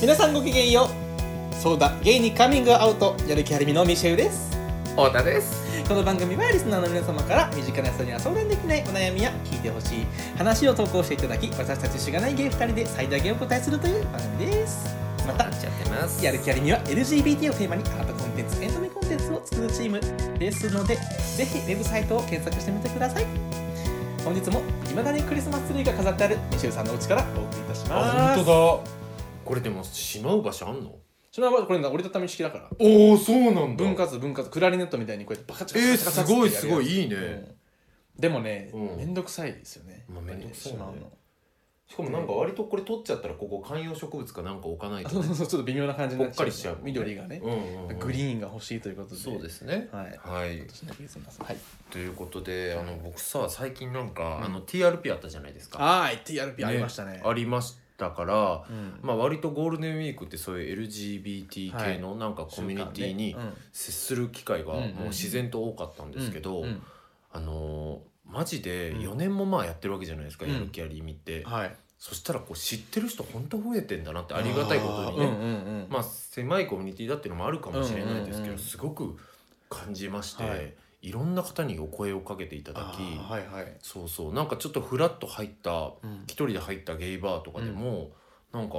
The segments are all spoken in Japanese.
皆さんごきげんようそうだゲイにカミングアウトやる気ありみのミシェウです太田ですこの番組はリスナーの皆様から身近な人には相談できないお悩みや聞いてほしい話を投稿していただき私たちしがないゲイ2人で最大限お答えするという番組ですまたなっちゃってますやる気ありみは LGBT をテーマにアートコンテンツエンタメコンテンツを作るチームですのでぜひウェブサイトを検索してみてください本日もいまだにクリスマスツリーが飾ってあるミシェウさんのお家からお送りいたしまあ本す当だこれでもしまう場所あんのそのままこれ折りたたみ式だからおおそうなんだ分割分割クラリネットみたいにこうやってバカチえーカチカチカチすごいってやるやつすごいいいねうんでもねうんめんどくさいですよねまあめんどくさいねやってしまうのしかもなんか割とこれ取っちゃったらここ観葉植物かなんか置かないあと そうねそうそうちょっと微妙な感じになっぽっかりしちゃうもんね緑がねうんうんうんグリーンが欲しいということでそうですすねはいはい今年のクリスマスはいということであの僕さ最近なんか、うんあの TRP あったじゃないですかあー TRP ありましたねありましたから、うんまあ割とゴールデンウィークってそういう LGBT 系のなんかコミュニティにうん接する機会がうんうんもう自然と多かったんですけど、うんうんあのーマジでうん4年もまあやってるわけじゃないですか、うんやる気あり意味って、はいそしたらこう知ってる人本当増えてんだなってありがたいことにねあーうんうんうんまあ狭いコミュニティだっていうのもあるかもしれないですけど、うんうんうんすごく感じまして、はいい、ろんな方にお声をかけていただあき、ーはいはいそうそうなんかちょっとフラッと入ったうん一人で入ったゲイバーとかでも、なんか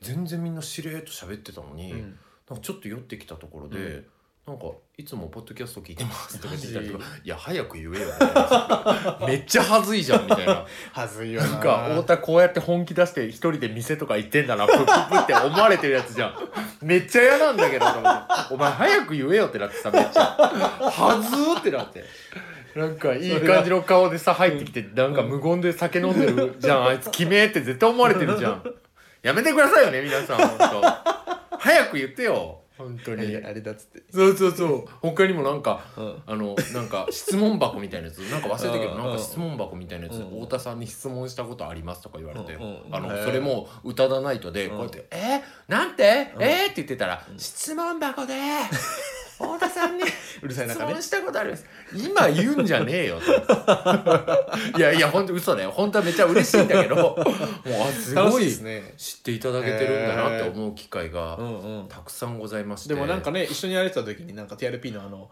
全然みんなしれーっと喋ってたのに、うんなんかちょっと酔ってきたところで、うんなんか「いつもポッドキャスト聞いてます」とか言っマてジきたりとか「いや早く言えよ」みたいなめっちゃ恥ずいじゃん」みたいなはずいよなんか太田こうやって本気出して一人で店とか行ってんだなプップップって思われてるやつじゃんめっちゃ嫌なんだけどと思ってお前早く言えよってなってさめっちゃはずーってなってなんかいい感じの顔でさ入ってきてなんか無言で酒飲んでるじゃんあいつ決めって絶対思われてるじゃんやめてくださいよね皆さん本当早く言ってよ本当にあれだっつってそうそうそう他にもなんかうんあのなんか質問箱みたいなやつなんか忘れたけうどんなんか質問箱みたいなやつうん太田さんに質問したことありますとか言われてうんうんあのへえそれも「歌だナイト」でこうやって「えなんてえっ?」って言ってたら「質問箱 で太田さんにうるさい質中ね問したことあります今言うんじゃねえ よ」といやいや本当嘘だよ本当はめっちゃ嬉しいんだけどもうあす楽ごしいいですね知っていただけてるんだなって思う機会がうんうんたくさんございましてでもなんかね一緒にやられてた時になんか TRP のあの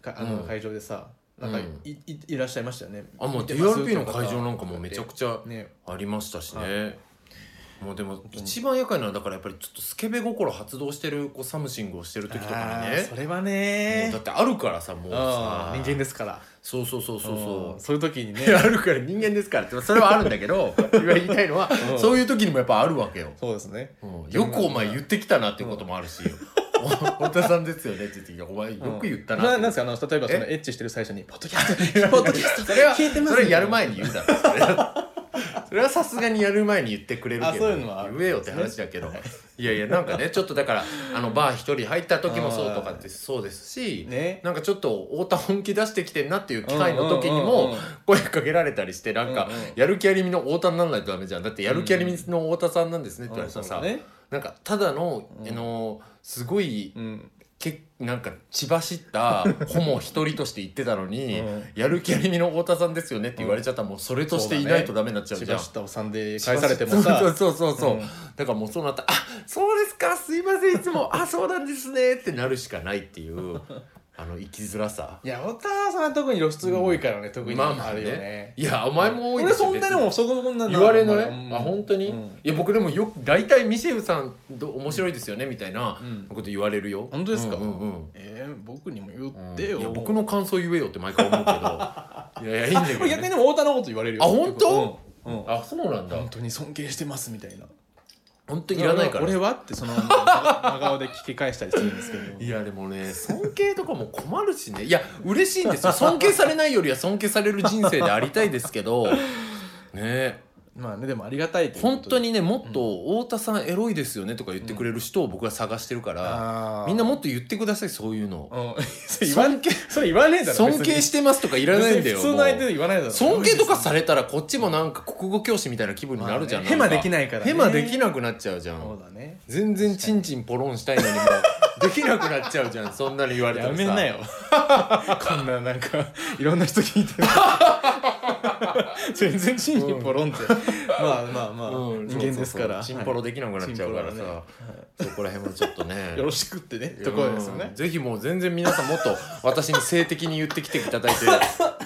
かあのうん会場でさ、なんかうんい,、いいらっしゃいましたよねあもう見てます DRP の会場なんかもうめちゃくちゃねありましたしね、もうでも一番厄介なのはだからやっぱりちょっとスケベ心発動してるこうサムシングをしてる時とかにあーねそれはもうねだってあるからさもうさうん人間ですからそうそうそうそうそうんそういう時にねい やあるから人間ですからってそれはあるんだけ ど今言いたいのは、うんそういう時にもやっぱあるわけよ、そうですねうんよくお前言ってきたなっていうこともあるし、 お太田さんですよねって言っていやお前よく言ったなって、ななん ですかあの例えばそのえエッチしてる最初に「ポッドキャスト ポッドキャストそれは聞いてますそれやる前に言うだろそれはそれはさすがにやる前に言ってくれるけどあそういうのはある言えよって話だけど、いやいやなんかねちょっとだからあのバー一人入った時もそうとかってそうですし、ねなんかちょっと太田本気出してきてんなっていう機会の時にうんうんうんもうん声かけられたりしてなんかうんうんやる気ありみの太田にならないとダメじゃんだってやる気ありみの太田さんなんですねって言われたらうさ、んねなんかただの、あのすごいうんけなんか血走ったホモ一人として言ってたのに、うんやる気ありみの太田さんですよねって言われちゃったらもうそれとしていないとダメになっちゃうじ千ゃん。葉下をさんで返されても そうさそうそうそうそう、うんだからもうそうなったら「あそうですかすいませんいつもあそうなんですね」ってなるしかないっていうあの生きづらさいや太田さんは特に露出が多いからね、特にまあまああるねよね,、いやお前も多い俺そんなにも別そこそんなに言われない、うんあ本当に、うんいや僕でもよく大体ミシェウさんど面白いですよねみたいなうんこと言われるよ、本当ですかうんうんうんえー、僕にも言うんってよ、いや僕の感想言えよって毎回思 うけどいやいやいいんだけあどこね、れ逆にでも太田のこと言われるよあ本当うんうんあそうなんだ本当に尊敬してますみたいな本当いらないから俺はってその真顔で聞き返したりするんですけど いやでもね尊敬とかも困るしねいや嬉しいんですよ尊敬されないよりは尊敬される人生でありたいですけ どねまあねでもありがたいということで本当にねもっと「太田さんエロいですよね」とか言ってくれる人を僕は探してるから、あーみんなもっと言ってくださいそういうのうん それ言わんそれ言わねえだろ尊敬してますとかいらないんだよ普通の相手で言わないだろもう尊敬とかされたらこっちもなんか国語教師みたいな気分になるじゃん、まあねなんヘマできないからねヘマできなくなっちゃうじゃんそうだね全然チンチンポロンしたいのにもうできなくなっちゃう じゃんそんなに言われたやらさめなよこんななんかいろんな人聞いてる全然チンにポロンって、まあまあまあ、うん人間ですそうそからうそうチンポロはでいきなくなっちゃうからさ、チンポロはねそこら辺もちょっとね よろしくってねところですようんねぜひもう全然皆さんもっと私に性的に言ってきていただいて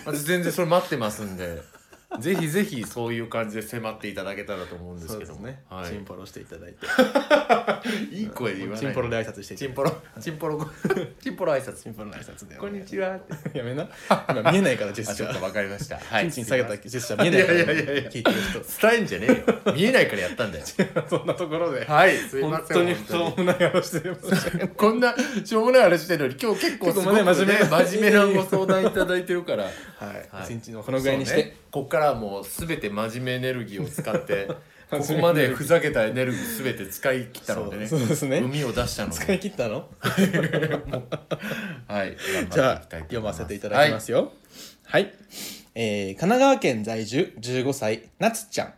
私全然それ待ってますんでぜひぜひそういう感じで迫っていただけたらと思うんですそうけでどすもね、はチンい、ポロしていただいていい声で言わないチンポロで挨拶していたチだいンてポロチンポロチンポロ挨拶チンポロの挨拶でこんにちはってやめな今見えないからジェあスチちょャっとーわかりましたはいチンチン下げたジェスチャー見えないかいらやいやいやいや聞いてる人伝えんじゃねえよ見えないからやったんだよそんなところではいすいま本せん当にしょうもない話してますこんなしょうもない話してるのに今日結構すごく、ね、結構ね真面目真面目なご相談いただいてるからは、はいい一日のこのぐらいにしそうてね、こっからはもう全て真面目エネルギーを使ってこ こ真面目エまネでルギーふざけたエネルギー全て使い切ったのでねそうそうですね海を出したの使いで、切ったのはい、頑張っていきたいとじゃあ読思いませていただきますよはい、えー神奈川県在住15歳なつちゃん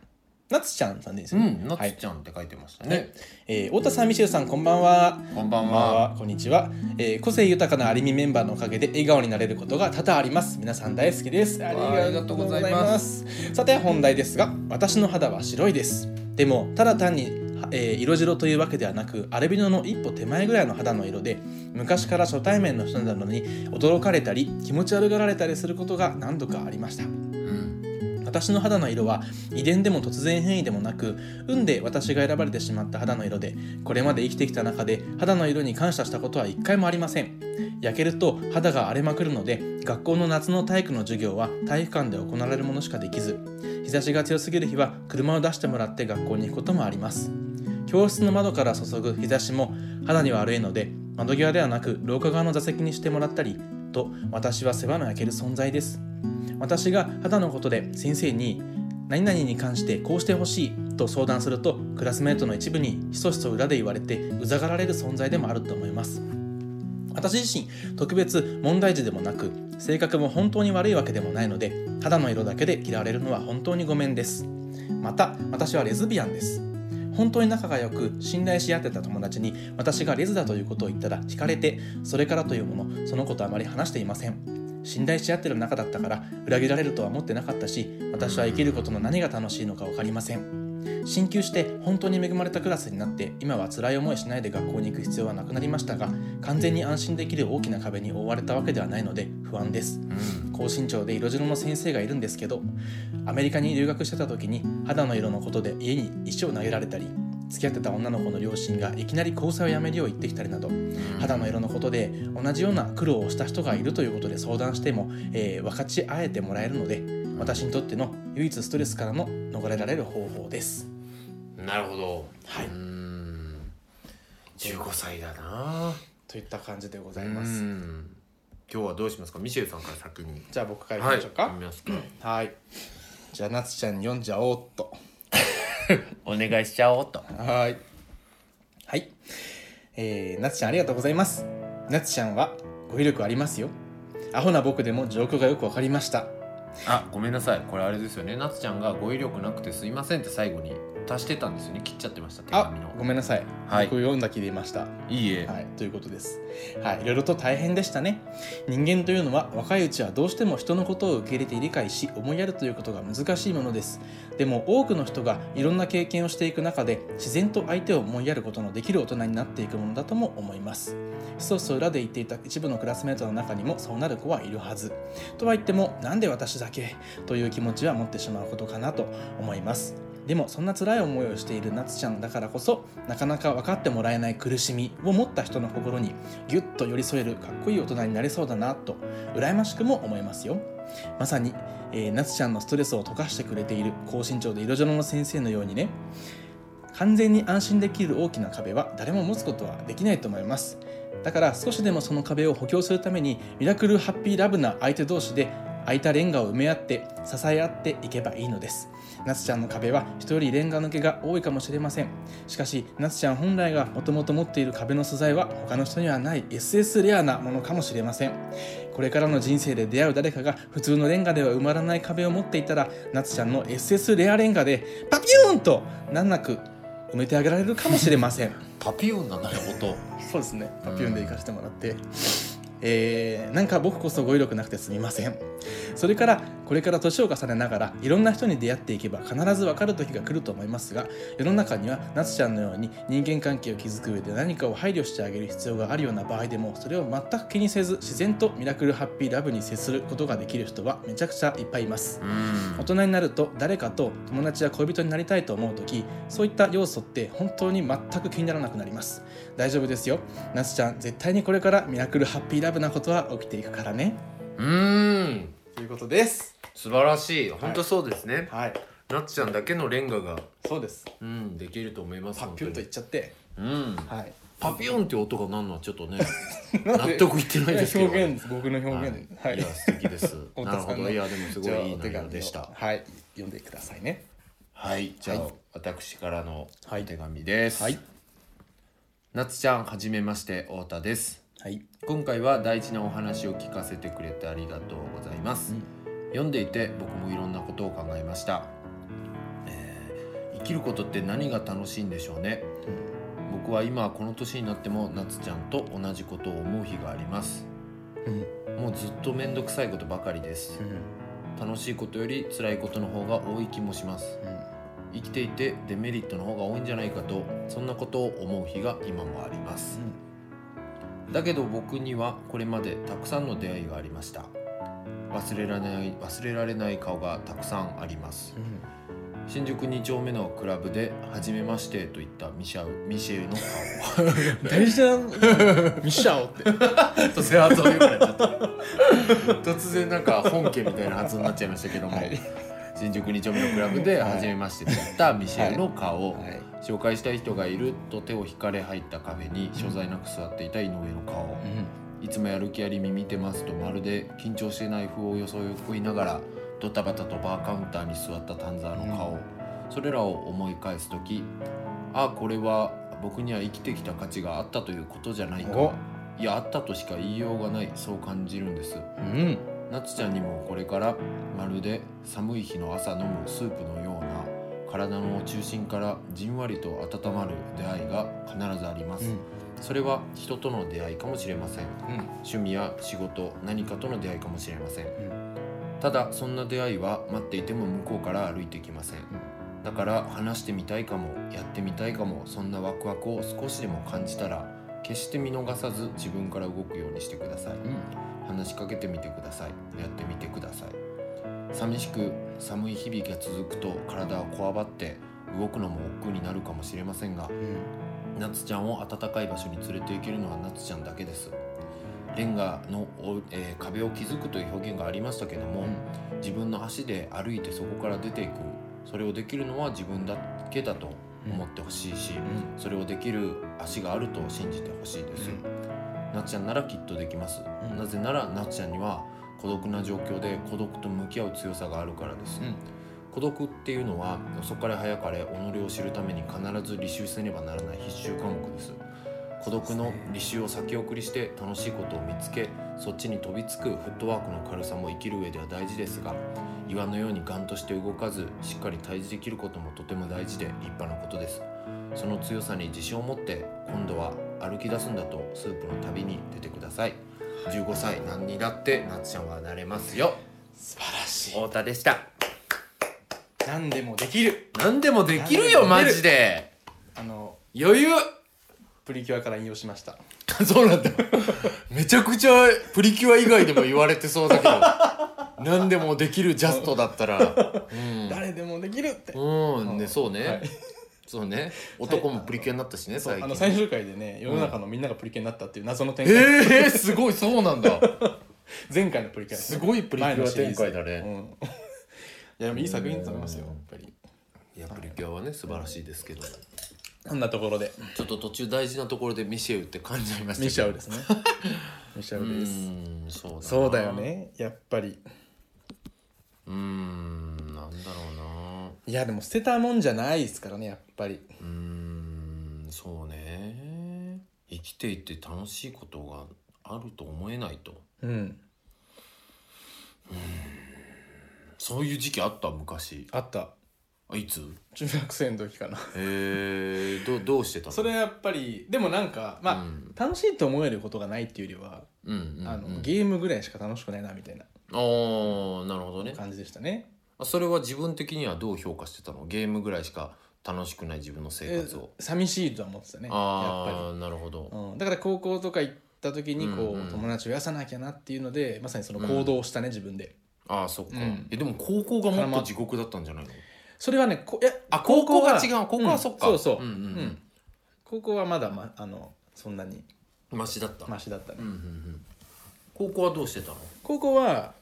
なつちゃんさんでいいですはい、ね、うん、なつちゃんって書いてましたね、はいえー太田さんミシェルさんこんばんはこんばこんんばんははこんにちは、えー個性豊かなアリミメンバーのおかげで笑顔になれることが多々あります皆さん大好きですあわありがとうございますさて本題ですが私の肌は白いですでもただ単に、えー色白というわけではなくアルビノの一歩手前ぐらいの肌の色で昔から初対面の人なのに驚かれたり気持ち悪がられたりすることが何度かありましたうん私の肌の色は遺伝でも突然変異でもなく運で私が選ばれてしまった肌の色でこれまで生きてきた中で肌の色に感謝したことは一回もありません焼けると肌が荒れまくるので学校の夏の体育の授業は体育館で行われるものしかできず日差しが強すぎる日は車を出してもらって学校に行くこともあります教室の窓から注ぐ日差しも肌には悪いので窓際ではなく廊下側の座席にしてもらったりと私は世話の焼ける存在です私が肌のことで先生に何々に関してこうしてほしいと相談するとクラスメートの一部にひそひそ裏で言われてうざがられる存在でもあると思います私自身特別問題児でもなく性格も本当に悪いわけでもないので肌の色だけで嫌われるのは本当にごめんですまた私はレズビアンです本当に仲が良く信頼し合ってた友達に私がレズだということを言ったら惹かれてそれからというものそのことあまり話していません信頼し合ってる仲だったから裏切られるとは思ってなかったし私は生きることの何が楽しいのか分かりません進級して本当に恵まれたクラスになって今は辛い思いしないで学校に行く必要はなくなりましたが完全に安心できる大きな壁に覆われたわけではないので不安ですうん高身長で色白の先生がいるんですけどアメリカに留学してた時に肌の色のことで家に石を投げられたり付き合ってた女の子の両親がいきなり交際をやめるよう言ってきたりなど肌の色のことで同じような苦労をした人がいるということで相談しても、えー分かち合えてもらえるので私にとっての唯一ストレスからの逃れられる方法です。なるほどはいうーん15歳だなといった感じでござういます。ん今日はどうしますかミシェルさんから先にじゃあ僕からいきましょうか。読みますかはい、じゃあなつちゃんに読んじゃおうっと。お願いしちゃおうとはい。はい。えー、なつちゃんありがとうございます。なつちゃんは語彙力ありますよ。アホな僕でも状況がよくわかりました。あごめんなさいこれあれですよねなつちゃんが語彙力なくてすいませんって最後に足してたんですよね切っちゃってました手あ紙の、ごめんなさい。はい僕読んだ気でいました。いいえ、はい、ということです。はい、いろいろと大変でしたね。人間というのは若いうちはどうしても人のことを受け入れて理解し思いやるということが難しいものです。でも多くの人がいろんな経験をしていく中で自然と相手を思いやることのできる大人になっていくものだとも思います。そうそう裏で言っていた一部のクラスメートの中にもそうなる子はいるはず。とは言ってもなんで私だけという気持ちは持ってしまうことかなと思います。でもそんな辛い思いをしているなつちゃんだからこそなかなか分かってもらえない苦しみを持った人の心にぎゅっと寄り添えるかっこいい大人になれそうだなと羨ましくも思いますよまさに、えーなつちゃんのストレスを溶かしてくれている高身長で色白の先生のようにね完全に安心できる大きな壁は誰も持つことはできないと思いますだから少しでもその壁を補強するためにミラクルハッピーラブな相手同士で空いたレンガを埋め合って支え合っていけばいいのですなつちゃんの壁は人よりレンガ抜けが多いかもしれませんしかしなつちゃん本来がもともと持っている壁の素材は他の人にはない SS レアなものかもしれませんこれからの人生で出会う誰かが普通のレンガでは埋まらない壁を持っていたらなつちゃんの SS レアレンガでパピューンと難なく埋めてあげられるかもしれませんパピオンなんだよ音そうですねパピューンで行かせてもらって、えーなんか僕こそ語彙力なくてすみませんそれからこれから年を重ねながらいろんな人に出会っていけば必ず分かる時が来ると思いますが世の中には夏ちゃんのように人間関係を築く上で何かを配慮してあげる必要があるような場合でもそれを全く気にせず自然とミラクルハッピーラブに接することができる人はめちゃくちゃいっぱいいますうん大人になると誰かと友達や恋人になりたいと思う時そういった要素って本当に全く気にならなくなります大丈夫ですよなつちゃん絶対にこれからミラクルハッピーラブなことは起きていくからねうんということです素晴らしい本当そうですね、はいなっちゃんだけのレンガが、そうですうん、できると思いますパッピュンといっちゃって本当にうんはいパピュンって音が鳴るのはちょっとね納得いってないですけど 表現僕の表現はい、いや素敵です 太なる田さほんのどいやでもすごじゃあいいいお内手容紙でしたをはい読んでくださいねはい、じゃあ、はい私からのはおい手紙です。はいなつちゃん、はじめまして、太田です。はい今回は大事なお話を聞かせてくれてありがとうございます。うん読んでいて、僕もいろんなことを考えました。えー生きることって何が楽しいんでしょうね。僕は今この年になってもなつちゃんと同じことを思う日があります。うんもうずっとめんどくさいことばかりです。楽しいことより辛いことの方が多い気もします。生きていてデメリットの方が多いんじゃないかとそんなことを思う日が今もありますだけど僕にはこれまでたくさんの出会いがありました忘れられない忘れられない顔がたくさんあります新宿2丁目のクラブで「はじめまして」と言ったミシャウミシェウの大事な ミシャオって顔突然発音良くなっちゃった突然なんか本家みたいな発音になっちゃいましたけども、 はい新宿2丁目のクラブで「はじめまして」と言ったミシェウの顔、はい紹介したい人がいると手を引かれ入ったカフェに所在なく座っていた井上の顔いつもやる気あり見てますとまるで緊張してない風を装いながらドタバタとバーカウンターに座った丹沢の顔、うんそれらを思い返す時ああこれは僕には生きてきた価値があったということじゃないかおいやあったとしか言いようがないそう感じるんですうんなつちゃんにもこれからまるで寒い日の朝飲むスープのような体の中心からじんわりと温まる出会いが必ずあります、それは人との出会いかもしれませんうん趣味や仕事何かとの出会いかもしれません、んただそんな出会いは待っていても向こうから歩いてきません、だから話してみたいかもやってみたいかもそんなワクワクを少しでも感じたら決して見逃さず自分から動くようにしてください、話しかけてみてくださいやってみてください寂しく寒い日々が続くと体はこわばって動くのも億劫になるかもしれませんがなつちゃんを暖かい場所に連れて行けるのはなつちゃんだけですレンガの、おえー壁を築くという表現がありましたけども、自分の足で歩いてそこから出ていくそれをできるのは自分だけだと思ってほしいし、それをできる足があると信じてほしいです、なっちゃんならきっとできます、うんなぜならなっちゃんには孤独な状況で孤独と向き合う強さがあるからです、うん孤独っていうのは遅かれ早かれ己を知るために必ず履修せねばならない必修科目です孤独の履修を先送りして楽しいことを見つけそっちに飛びつくフットワークの軽さも生きる上では大事ですが岩のようにガンとして動かずしっかり対峙できることもとても大事で立派なことですその強さに自信を持って今度は歩き出すんだとスープの旅に出てください15歳何にだってなっちゃんはなれますよ素晴らしい太田でした何でもできる何でもできるよ何マでもできるジであの余裕 プリキュアから引用しましたそうなんだめちゃくちゃプリキュア以外でも言われてそうだ けど何でもできるジャストだったら誰でもできるってうん、うん、うねんそうね、はいそうね男もプリキュアになったしねそう最あの近最終回でね世の中のみんながプリキュアになったっていう謎の展開、えー、すごいそうなんだ前回のプリキュアですすごいプリキュア展開だね、うん、い やでもいい作品だと思いますよやっぱりいやプリキュアはね素晴らしいですけどちこんなところでょっと途中大事なところでミシェウって感じちゃいましたミシャウでです ねミシャウですうんそうだなそうだよねやっぱりうんなんだろうないやでも捨てたもんじゃないですからねやっぱりうーんそうね生きていて楽しいことがあると思えないとうんそういう時期あった昔あったあいつ中学生の時かなえー、どどうしてたの それはやっぱりでもなんかまあ、うん楽しいと思えることがないっていうよりは、うんうんうん、あのゲームぐらいしか楽しくないなみたいなああなるほどね感じでしたねあそれは自分的にはどう評価してたのゲームぐらいしか楽しくない自分の生活を、え寂しいとは思ってたねやっあぱあなるほど、り、うん、だから高校とか行った時にこう、うんうん友達を増やさなきゃなっていうのでまさにその行動をしたね、自分でああそっか、うんえでも高校がもっと地獄だったんじゃないのそれはねこいやあ高校が違うう高校はそっか、そうそう、うんうんうんうん高校はまだ、ま、あのそんなにマシだった、マシだったね、うんうんうん、高校はどうしてたの、高校は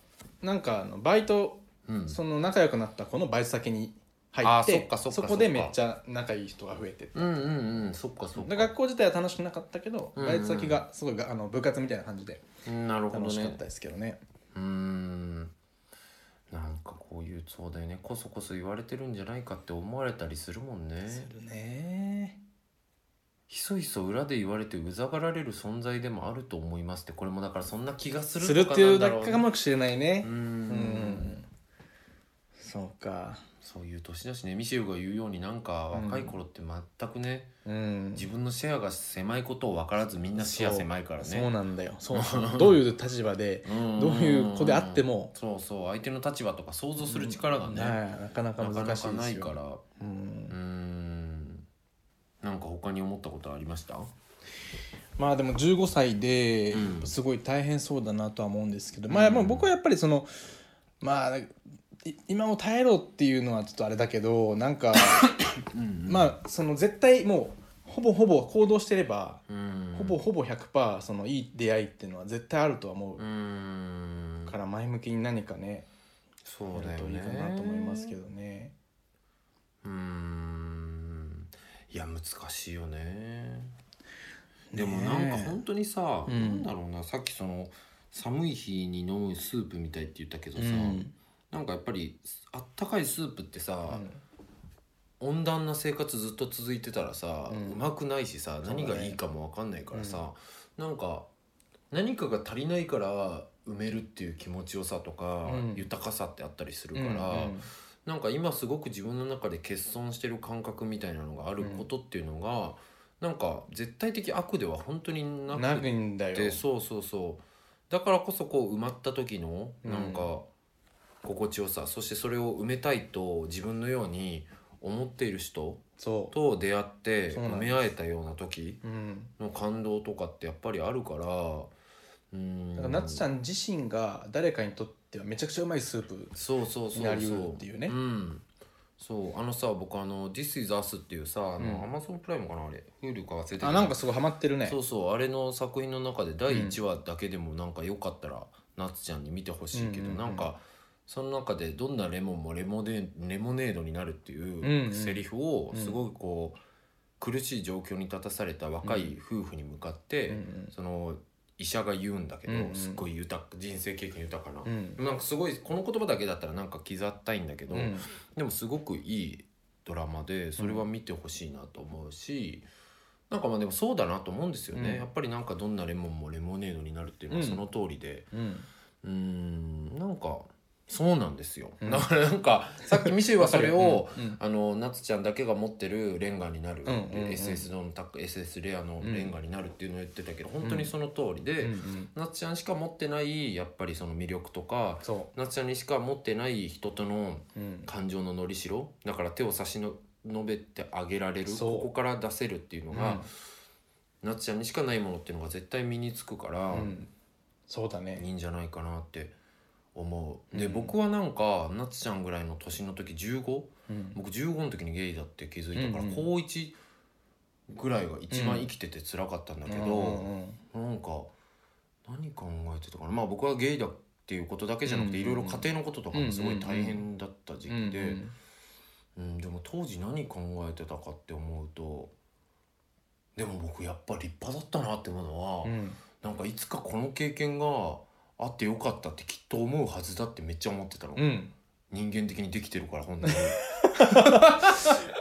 なんかあのバイトうん、その仲良くなった子のバイト先に入あっーてそっかそっかこでめっちゃ仲いい人が増えてうんうんうんそっかそっでか学校自体は楽しくなかったけど、うんうんバイト先がすごいがあの部活みたいな感じでうんなるほど楽しかっねたですけどねうーんなんかこういうそうだよねこそこそ言われてるんじゃないかって思われたりするもんねするねひそひそ裏で言われてうざがられる存在でもあると思いますってこれもだからそんな気がするするっていうとだかなんけだろかもしれないねううーうんんそうかそういう年だしねミシェルが言うようになんか若い頃って全くね、うん自分のシェアが狭いことを分からずみんなシェア狭いからねそうなん だよそうそうどういう立場でうんどういう子であってもそうそう相手の立場とか想像する力がね、はいなかなかなかな難しいかでなすいよからううんーんなんか他に思ったことありましたまあでも15歳でうんすごい大変そうだなとは思うんですけど、まあもう僕はやっぱりそのまあい今も耐えろっていうのはちょっとあれだけどなんかまあその絶対もうほぼほぼ行動してればうんほぼほぼ100%そのいい出会いっていうのは絶対あるとは思うーうんから前向きに何かねそうだやよるといいねかなと思いますけどね。うーんいや難しいよねでもなんか本当にさ、うんなんだろうなさっきその寒い日に飲むスープみたいって言ったけどうさ、んなんかやっぱりあったかいスープってうさ、ん温暖な生活ずっと続いてたらさ、ううんまくないしさそうだね何がいいかも分かんないからさ、なんか何かが足りないから埋めるっていう気持ちよさとか、うん豊かさってあったりするうから、んなんか今すごく自分の中で欠損してる感覚みたいなのがあることっていうのが、なんか絶対的悪では本当になうんくなていんだでよ。そうそうそうだからこそこう埋まった時のうんなんか心地よさ、そしてそれを埋めたいと自分のように思っている人そと出会ってそう埋なんでめす合えたような時う。うんの感動とかってやっぱりあるからうんだから夏ちゃん自身が誰かにとってはめちゃくちゃうまいスープそうそうそうになりそうるっていうねんそうあのさ僕あの「This is Us」っていうさあの、Amazon プライムかなあれ Hulu か忘れてたけどあなんかすごいハマってるねそうそうあれの作品の中で第1話だけでもなんかよかったら、なつちゃんに見てほしいけど、うんうんうんなんかその中でどんなレモンもレモネレモネードになるってんいうんうセリフをすごくこう、苦しい状況に立たされた若い夫婦に向かって、うんうんその医者が言うんだけど、うんうんすっごい豊か人生経験豊かな、うんなんかすごいこの言葉だけだったらなんか刻ったいんだけど、うんでもすごくいいドラマでそれは見てほしいなと思うし、なんかまあでもそうだなと思うんですよね、うんやっぱりなんかどんなレモンもレモネードになるっていうのはうんその通りでうんうーんなんかそうなんですよ、んだからなんかさっきミシェルはそ れをわかるようんうんあの夏ちゃんだけが持ってるレンガになる、うんうんうん SS のタック SS レアのレンガになるっていうのを言ってたけど、本当にその通りうで、んうん夏ちゃんしか持ってないやっぱりその魅力とかそ夏ちゃんにしか持ってない人とのううん感情ののりしろだから手を差しの伸べてあげられるそうここから出せるっていうのが、なっちゃんにしかないものっていうのが絶対身につくから、うんそうだねいいんじゃないかなって思うで、うん僕はなんかなっちゃんぐらいの年の時15うん僕15の時にゲイだって気づいたから、うんうん高1ぐらいが一番生きてて辛かったんだけど、うんうなんんか何考えてたかなまあ僕はゲイだっていうことだけじゃなくて、うんうんうんいろいろ家庭のこととかもすごい大変だった時期で。うんうん、でも当時何考えてたかって思うとでも僕やっぱ立派だったなって思うのは、うんなんかいつかこの経験があってよかったってきっと思うはずだってめっちゃ思ってたの、うん人間的にできてるから本当に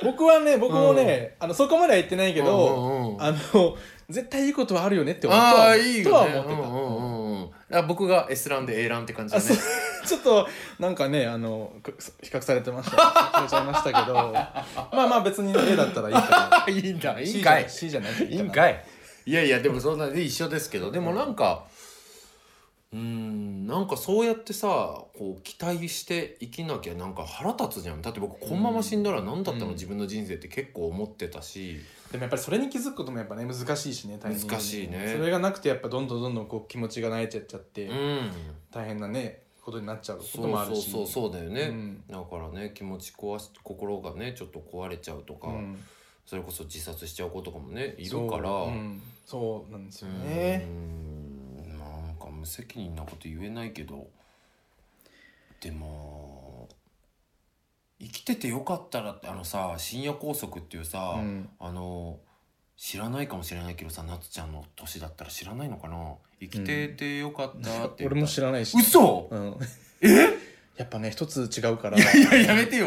僕はね僕もねあのそこまでは言ってない けうどんうんうんあの絶対いいことはあるよねって思うあとあはいいよねとは思ってたうんうんうんら僕が S ランで A ランって感じあでそうねちょっとなんかねあのく比較されてましたされちゃいましたけ どまあまあ別に A だったらいいかいいんだ ないいんかい C じゃないといいいいかなんかいいやいやでもそんなね一緒ですけどでもなんかうーんなんかそうやってさこう期待して生きなきゃなんか腹立つじゃんだって僕このまま死んだら何だったうんの自分の人生って結構思ってたしでもやっぱりそれに気づくこともやっぱね難しいしね大変難しいねそれがなくてやっぱどんどんどんどんこう気持ちが慣れちゃっちゃって、うん大変なねことになっちゃうことそうもあそるうしそうそうだよね、うんだからね気持ち壊し心がねちょっと壊れちゃうとか、うんそれこそ自殺しちゃう子とかもねいそるうからうんそうなんですよねうーんなんか無責任なこと言えないけどでも生きててよかったらってあのさ深夜拘束っていうさ、うんあの知らないかもしれないけどさ夏ちゃんの年だったら知らないのかな生きててよかったって、俺も知らないし嘘 うん、えやっぱね一つ違うからいややめてよ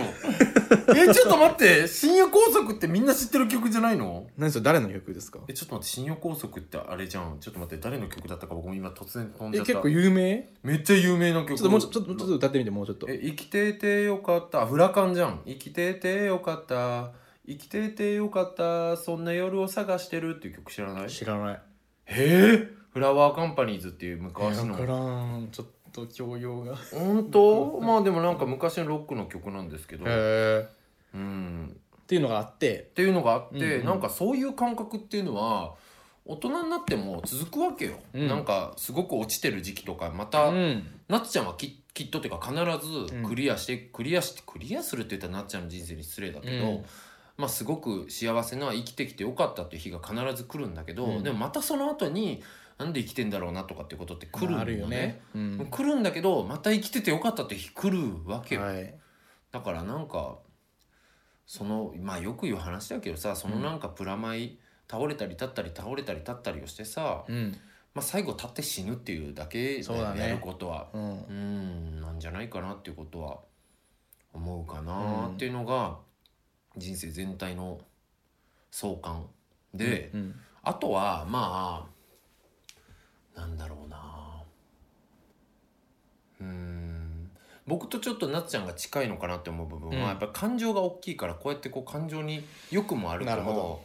えちょっと待って深夜拘束ってみんな知ってる曲じゃないの何それ誰の曲ですかえちょっと待って深夜拘束ってあれじゃんちょっと待って誰の曲だったか僕も今突然飛んえじゃった結構有名めっちゃ有名な曲ちょっともうちょちょっとちょっと歌ってみてもうちょっとえ生きててよかったあフラカンじゃん生きててよかった生きててよかったそんな夜を探してるっていう曲知らないへ知らないえフラワーカンパニーズっていう昔分のからんちょっと教養が本当まあでもなんか昔のロックの曲なんですけど、へえうんっていうのがあってっていうのがあって、うんうんなんかそういう感覚っていうのは大人になっても続くわけよ、うんなんかすごく落ちてる時期とかまうた、んなっちゃんはききっとっていうか必うんずクリアして、クリアしてクリアするって言ったらなっちゃんの人生に失礼だけど、うんまあすごく幸せな生きてきてよかったっていう日が必ず来るんだけど、うんでもまたその後になんで生きてんだろうなとかってことって来るんだあるよね、うん来るんだけどまた生きててよかったって日来るわけよ、はいだからなんかそのまあよく言う話だけどさそのなんかプラマイ、倒れたり立ったり倒れたり立ったりをしてさ、うんまあ、最後立って死ぬっていうだけでそうだねやることはうんうんなんじゃないかなっていうことは思うかなっていうのが人生全体の相関で、うんあとはまあなんだろうなうん僕とちょっとなっちゃんが近いのかなって思う部分は、うんやっぱ感情が大きいからこうやってこう感情によくも悪なくるほも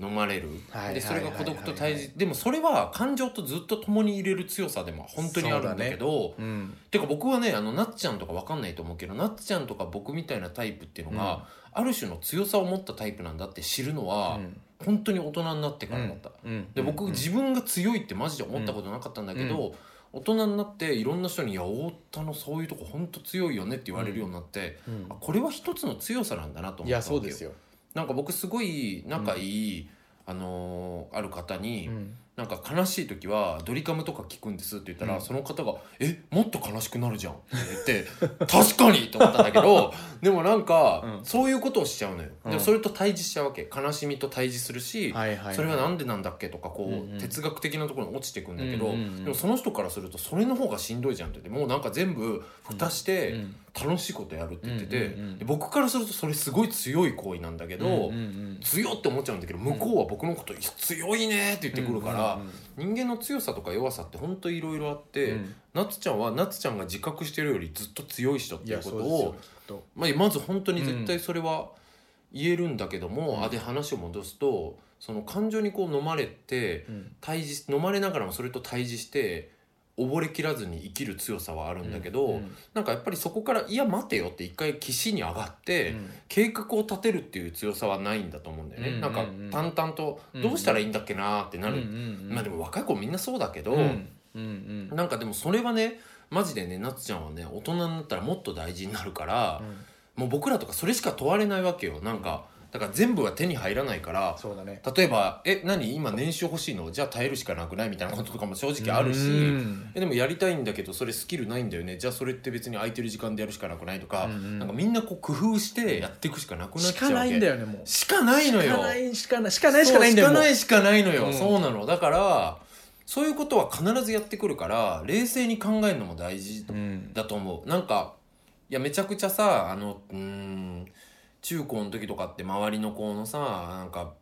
ど飲まれる、はいでそれが孤独とはい対はいはい峙でもそれは感情とずっと共に入れる強さでも本当にあるんだけどうんてか僕はねあのなっちゃんとか分かんないと思うけどなっちゃんとか僕みたいなタイプっていうのが、ある種の強さを持ったタイプなんだって知るのは、うん本当に大人になってからだった。うんで僕うん自分が強いってマジで思ったことなかったんだけど、大人になっていろんな人に「いや太田のそういうとこ本当強いよね」って言われるようになって、うんあこれは一つの強さなんだなと思っいたやわけそうですよ。よなんか僕すごい仲いい、あのーある方に、うんなんか悲しい時はドリカムとか聞くんですって言ったら、うんその方が「えもっと悲しくなるじゃん」って言って 「確かに!」と思ったんだけ どでもなんか、うんそういうことをしちゃうのよ。うんでもそれと対峙しちゃうわけ悲しみと対峙するし、はいはいそれはなんでなんだっけとかこう、うんうん哲学的なところに落ちていくんだけど、うんうんうんでもその人からするとそれの方がしんどいじゃんって言ってもうなんか全部蓋しうてん楽しいことやるって言ってて、うんうんうんで僕からするとそれすごい強い行為なんだけど、うんうんうん強って思っちゃうんだけど向こうは僕のこと「強いね」って言ってくるから、うんうん人間の強さとか弱さって本当いろいろあって、うんなつちゃんはなつちゃんが自覚してるよりずっと強い人っいていうやこそとうですよをきっとまあ、まず本当に絶対それは言えるんだけども、うんあで話を戻すとその感情にこう飲まれてうん対峙飲まれながらもそれと対峙して溺れきらずに生きる強さはあるんだけど、うんなんかやっぱりそこから「いや待てよ」って一回岸に上がって。うん計画を立てるっていう強さはないんだと思うんだよね、うんうんうんなんか淡々とどうしたらいいんだっけなーってなる、うんうんうんまあでも若い子みんなそうだけど、うんうんなんかでもそれはねマジでねなつちゃんはね大人になったらもっと大事になるから、うんもう僕らとかそれしか問われないわけよなんかだから全部は手に入らないからそうだね例えば「え何今年収欲しいのじゃあ耐えるしかなくない?」みたいなこととかも正直あるし。うんえでもやりたいんだけどそれスキルないんだよねじゃあそれって別に空いてる時間でやるしかなくないとか、うんうんなんかみんなこう工夫してやっていくしかなくなっしちゃうかわなけいんだよねもうしかないのよしかないしかないしかないしかないんだよそうしかもうないしかないのよ、うんそうなのだからそういうことは必ずやってくるから冷静に考えるのも大事うんだと思うなんかいやめちゃくちゃさあのうーん中高の時とかって周りの子のさなんか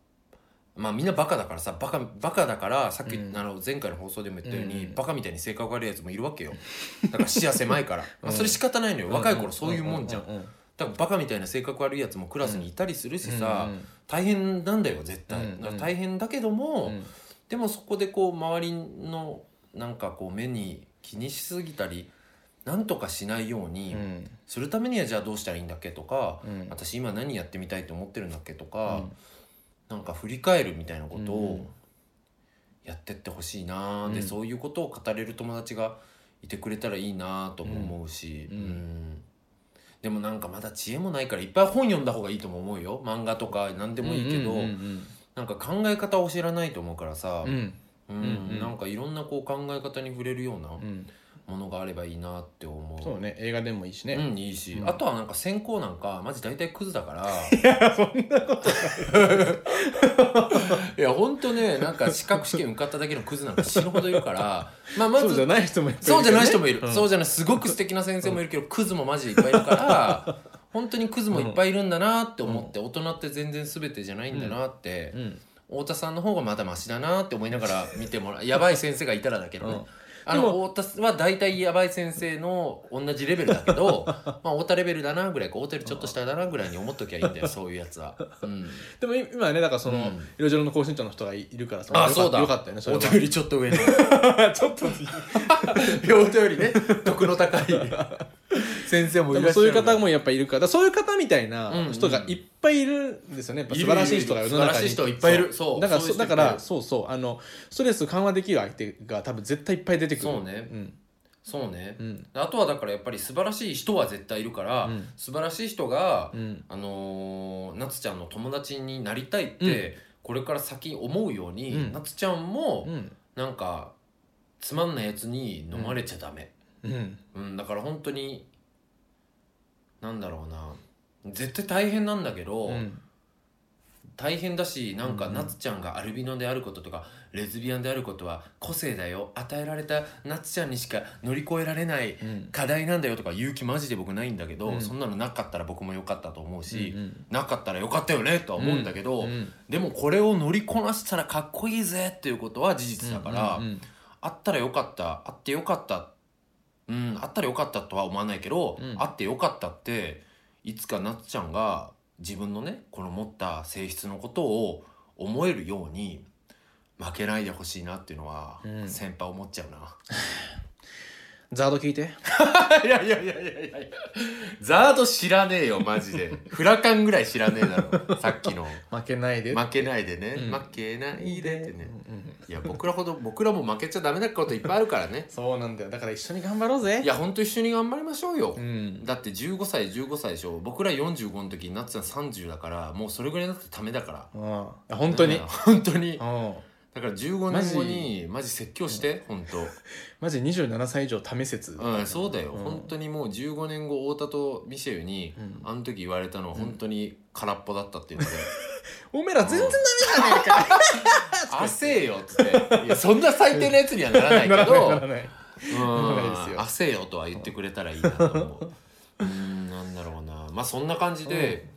まあみんなバカだからさバカバカだからさっき、うんあの前回の放送でも言ったように、うんバカみたいに性格悪いやつもいるわけよだから視野狭い から、まあ、それ仕方ないのよ若い頃そういうもんじゃん,、うううだからバカみたいな性格悪いやつもクラスにいたりするしさ、うんうん大変なんだよ絶対、うんうんだから大変だけども、うんでもそこでこう周りのなんかこう目に気にしすぎたりなんとかしないようにうんするためにはじゃあどうしたらいいんだっけとか、うん私今何やってみたいと思ってるんだっけとか、うんなんか振り返るみたいなことうをんやってってほしいなーで、うんそういうことを語れる友達がいてくれたらいいなーとも思うし、うんうんでもなんかまだ知恵もないからいっぱい本読んだ方がいいとも思うよ漫画とか何でもいいけど、うんうんなんか考え方を知らないと思うからさ、うんうんうんうんうんなんかいろんなこう考え方に触れるようなうんものがあればいいなって思う。そうね映画でもいいしね、うん、いいし、うんあとはなんか先行なんかマジ大体クズだから いやほんとねなんか資格試験受かっただけのクズなんか死ぬほどいるからまあまそうじゃずない人もいっぱいいるそうじゃない人もいる、うんそうじゃないすごく素敵な先生もいるけど、クズもマジでいっぱいいるから本当にクズもいっぱいいるんだなって思って、大人って全然全てじゃないんだなって、うん太田さんの方がまだマシだなって思いながら 見てもらうやばい先生がいたらだけどね、うんあでの太田は大体やばい先生の同じレベルだけ どまあ太田レベルだなぐらいか太田よりちょっと下だなぐらいに思っときゃいいんだ よそういうやつは、うん、でも今はねだからその、うん色白の高身長の人がいるからそのあよかそうだよかったよねそれ太は田よりちょっと上の ちょっと 太田よりね得の 高い先生もでいらっしもゃそういるう方もやっぱいるからだからそういう方みたいうんうんな人がいっぱいいるんですよねやっぱ素晴らしい人が世の中素晴らしにい人いっぱいいるそうだからそういうそ人いだっぱかいいるらそうそうあのストレス緩和できる相手が多分絶対いっぱい出てくるそうねんそうね、うんあとはだからやっぱり素晴らしい人は絶対いるから、うん素晴らしい人が、うんあのー、なつちゃんの友達になりたいって、これから先思うように、うんなつちゃんも、うんなんかつまんないやつに飲まれちゃダメ、うんうんだから本当になんだろうな絶対大変なんだけど、うん大変だしなんかうんなつちゃんがアルビノであることとかレズビアンであることは個性だよ与えられたなつちゃんにしか乗り越えられないうん課題なんだよとか勇気マジで僕ないんだけど、うんそんなのなかったら僕も良かったと思うし、うんなかったら良かったよねとは思うんだけど、うんでもこれを乗りこなしたらかっこいいぜっていうことは事実だから、うんうんあったらよかったあってよかったうんあったらよかったとは思わないけど、うんあってよかったっていつかなっちゃんが自分のねこの持った性質のことを思えるように負けないでほしいなっていうのは、うん先輩思っちゃうなザード聞いていやいやいやいやいやザード知らねえよマジでフラカンぐらい知らねえだろさっきの負けないで負けないでね、うん負けないでってねうんうんいや僕らほど僕らも負けちゃダメなこといっぱいあるからねそうなんだよだから一緒に頑張ろうぜいやほんと一緒に頑張りましょうよ、うんだって15歳15歳でしょ僕ら45の時になっちゃん30だからもうそれぐらいになってダメだからうん本当にうん本当にうんだから15年後にマジ説教して本マジ27歳以上試説当うんそうだよ、うん本当にもう15年後太田とミシェルに、うんあの時言われたのは本当に空っぽだったって いうのでおめえら全然ダメじゃねえ「汗、えよ」っつっていやそんな最低なやつにはならないけど ないならないですうんよ汗よとは言ってくれたらいいなと思 ううーんなんだろうなまあそんな感じで、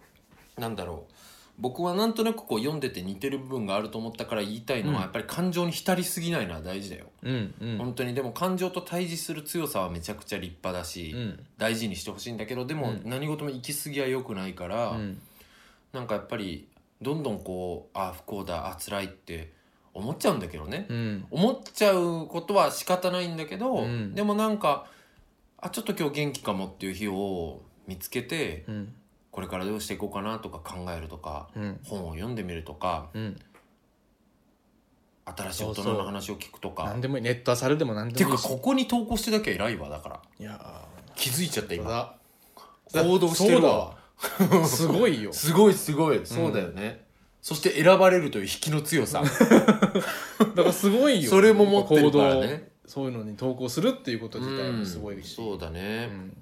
なんだろう僕はなんとなくこう読んでて似てる部分があると思ったから言いたいのは、うんやっぱり感情に浸りすぎないのは大事だよ、うんうん本当にでも感情と対峙する強さはめちゃくちゃ立派だし、うん大事にしてほしいんだけどでもうん何事も行き過ぎは良くないから、うんなんかやっぱりどんどんこうああ不幸だああ辛いって思っちゃうんだけどね、うん思っちゃうことは仕方ないんだけど、うんでもなんかあちょっと今日元気かもっていう日を見つけてうんこれからどうしていこうかなとか考えるとかうん本を読んでみるとかうん新しい大人の話を聞くとか何でもいいネットあさるでも何ってでいうもいかいしここに投稿してなきゃ偉いわだからいや気づいちゃったー今だ行動してるわそうだわすご いよすごいすごいそうだよね、そして選ばれるという引きの強さだからすごいよそれも持ってるからね行動そういうのに投稿するっていうこと自体うもんすごいしそうだね、うん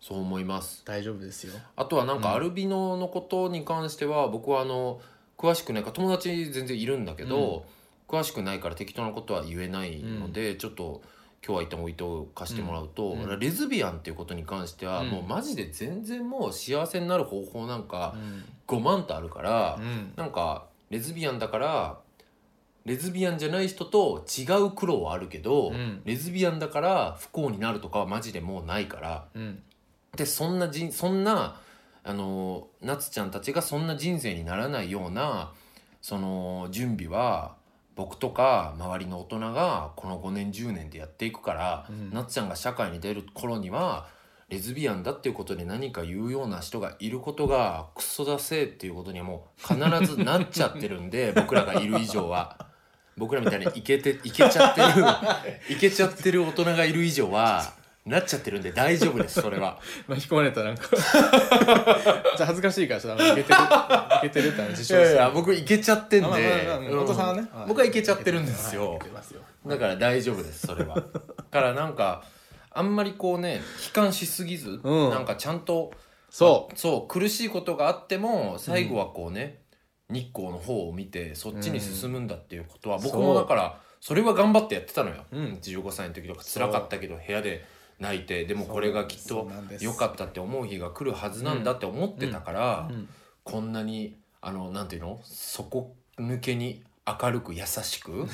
そう思います大丈夫ですよあとはなんうかんアルビノのことに関しては僕はあの詳しくないから友達全然いるんだけど、詳しくないから適当なことは言えないので、ちょっと今日は一旦置いておかしてもらうと、うんうんレズビアンっていうことに関しては、うんもうマジで全然もう幸せになる方法なんうかん5万とあるから、うんなんかレズビアンだからレズビアンじゃない人と違う苦労はあるけど、うんレズビアンだから不幸になるとかはマジでもうないからうんでそんな人そんなあの夏ちゃんたちがそんな人生にならないようなその準備は僕とか周りの大人がこの5年10年でやっていくから、うんなっちゃんが社会に出る頃にはレズビアンだっていうことで何か言うような人がいることがクソだせえっていうことにはもう必ずなっちゃってるんで 僕らがいる以上は僕らみたいにイケてイケち ゃってるイケちゃってる大人がいる以上はなっちゃってるんで大丈夫ですそれは。巻き込まれたなん かじゃあ恥ずかしいからちょっとあのいけてるいけ てるってあの自い称やしいてや僕いけちゃってんでまあまあまあまあうお父さんはね僕はいけちゃってるんですはいよいけてますよだから大丈夫ですそれ はだからなんかあんまりこうね悲観しすぎず、うんなんかちゃんとそうそう苦しいことがあっても最後はこうね、日光の方を見てそっちに進むんだっていうことは、僕そもうだからそれは頑張ってやってたのよ、うん15歳の時とか辛かったけど部屋で泣いてでもこれがきっそうとなんです良かったって思う日が来るはずなんだって思ってたから、うんうんこんなにあのなんていうの底抜けに明るく優し く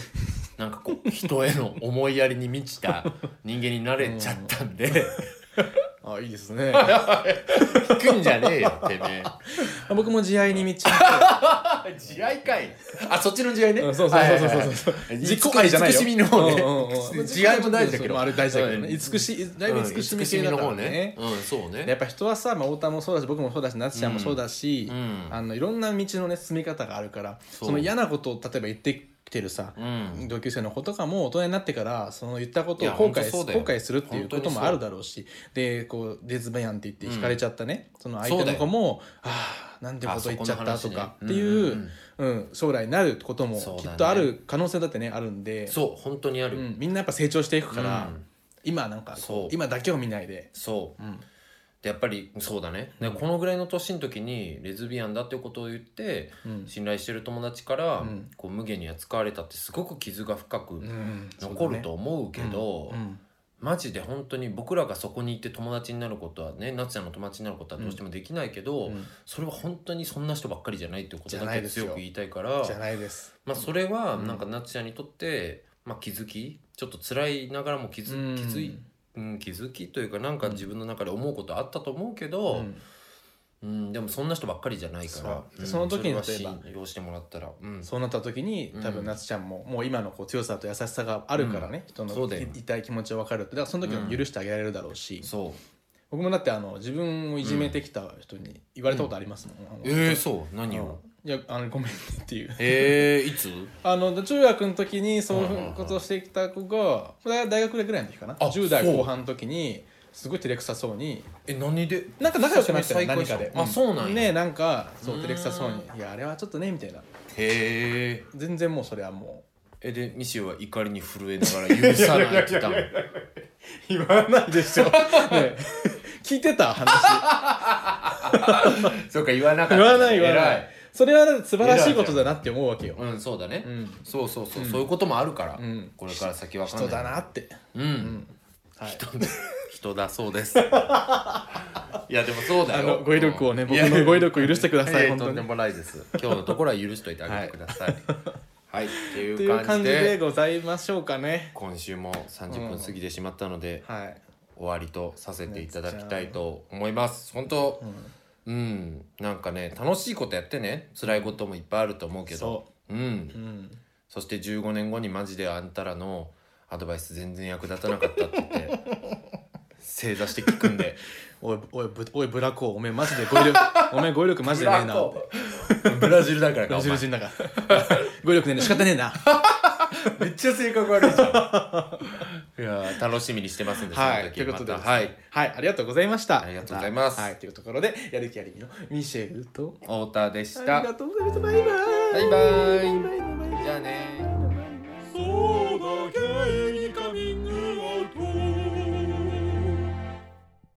なんかこう人への思いやりに満ちた人間になれちゃったんで、 あいいですね聞くんじゃねえよてめえ。僕も慈愛に満ちて地雷かいあそっちの地雷ね、うんそうそうそうそうそはういはいはい自己愛じゃないよ慈しみの方ねうんうん うん慈愛も大事だけどまああれ大事だけどうねん慈しいだいぶうん慈しみ系だからねうんそうねやっぱ人はさまあ太田もそうだし僕もそうだし夏ちゃんもそうだしうんあのいろんな道のね進み方があるからそうその嫌なことを例えば言ってきてるさうん同級生の子とかも大人になってからその言ったこといをや後悔本当そうだ後よ悔するっていうこともあるだろうしでこうレズビアンって言って惹かれちゃったね、その相手の子も「ああなんてこと言っちゃった」あそとこの話かねっていう、ううんん将来になることもそうだきねっとある可能性だってねあるんでそう本当にある、うん、みんなやっぱ成長していくから、うん今なんかそう今だけを見ないで。そううんでやっぱりそうだね、でうんこのぐらいの年の時にレズビアンだってことを言ってうん信頼してる友達から、うんこう無限に扱われたってすごく傷が深くうん残ると思うけど、うんマジで本当に僕らがそこに行って友達になることはね夏ちゃんの友達になることはどうしてもできないけど、うんそれは本当にそんな人ばっかりじゃないってことじゃだないけですよ強く言いたいからじゃないです。まあ、それはうんなんか夏ちゃんにとって、まあ、気づきちょっと辛いながらも気づ,、気づいうん、気づきというかなんか自分の中で思うことあったと思うけうど、んうんでもそんな人ばっかりじゃないからそうでその時うんに例えそればは信用してもらったら、うん、そうなった時に多う分ん夏ちゃんももう今のこう強さと優しさがあるからね、人そのうだよい痛い気持ちを分かるってだからその時も許してあげられるだろうし、そう僕もだってあの自分をいじめてきた人に言われたことありますもん、あのえー、そう何を、いやあのごめんねっていうえー、いつあの中学の時にそううんうんいううんことをしてきた子が大大学ぐらいの時かなあ10代そう後半の時にすごい照れくさそうにえ何でなんか仲良くなったよ何かであそうなんやねなんかそううーん照れくさそうに「いやあれはちょっとね」みたいなへえ全然もうそれはもえでミシェルは怒りに震えながら許さないって言ったの言わないうで しょ、ねえ、聞いてた話 そうか言わなか言わない言わな偉いそれはだって素晴らしいことだなって思うわけよ、うんそうだね、うんそうそうそう、そういうこともあるから、うんこれから先わかんない人だなって、うん、はい、人だ人だそう ですいやでもそうだあよの語彙力をねうん僕の語彙力を許してくだいやさいいや本と当んでにもないです今日のところは許しといてあげてくださいはい、っていとういう感感じじででございましょうかね今週も30分過ぎてしまったので、はい終わりとさせていただきたいと思います本当うん、なんかね楽しいことやってね辛いこともいっぱいあると思うけど、そうん、うんそして15年後にマジであんたらのアドバイス全然役立たなかったって言って正座して聞くんでおいおいぶおいブラコおめえマジで語彙力 おめえ語彙力 マジでねえなってブラジルだからかブラおジル前人だから 語彙力ねえな仕方ねえなめっちゃ性格悪いじゃん いやー楽しみにしてますんではいそといのう時ことでまですたねはいはいありがとうございましたありがとうございますたはいというところでやる気ありみのミシェルと太田でしありたがとうございましたバイバイバイバーイ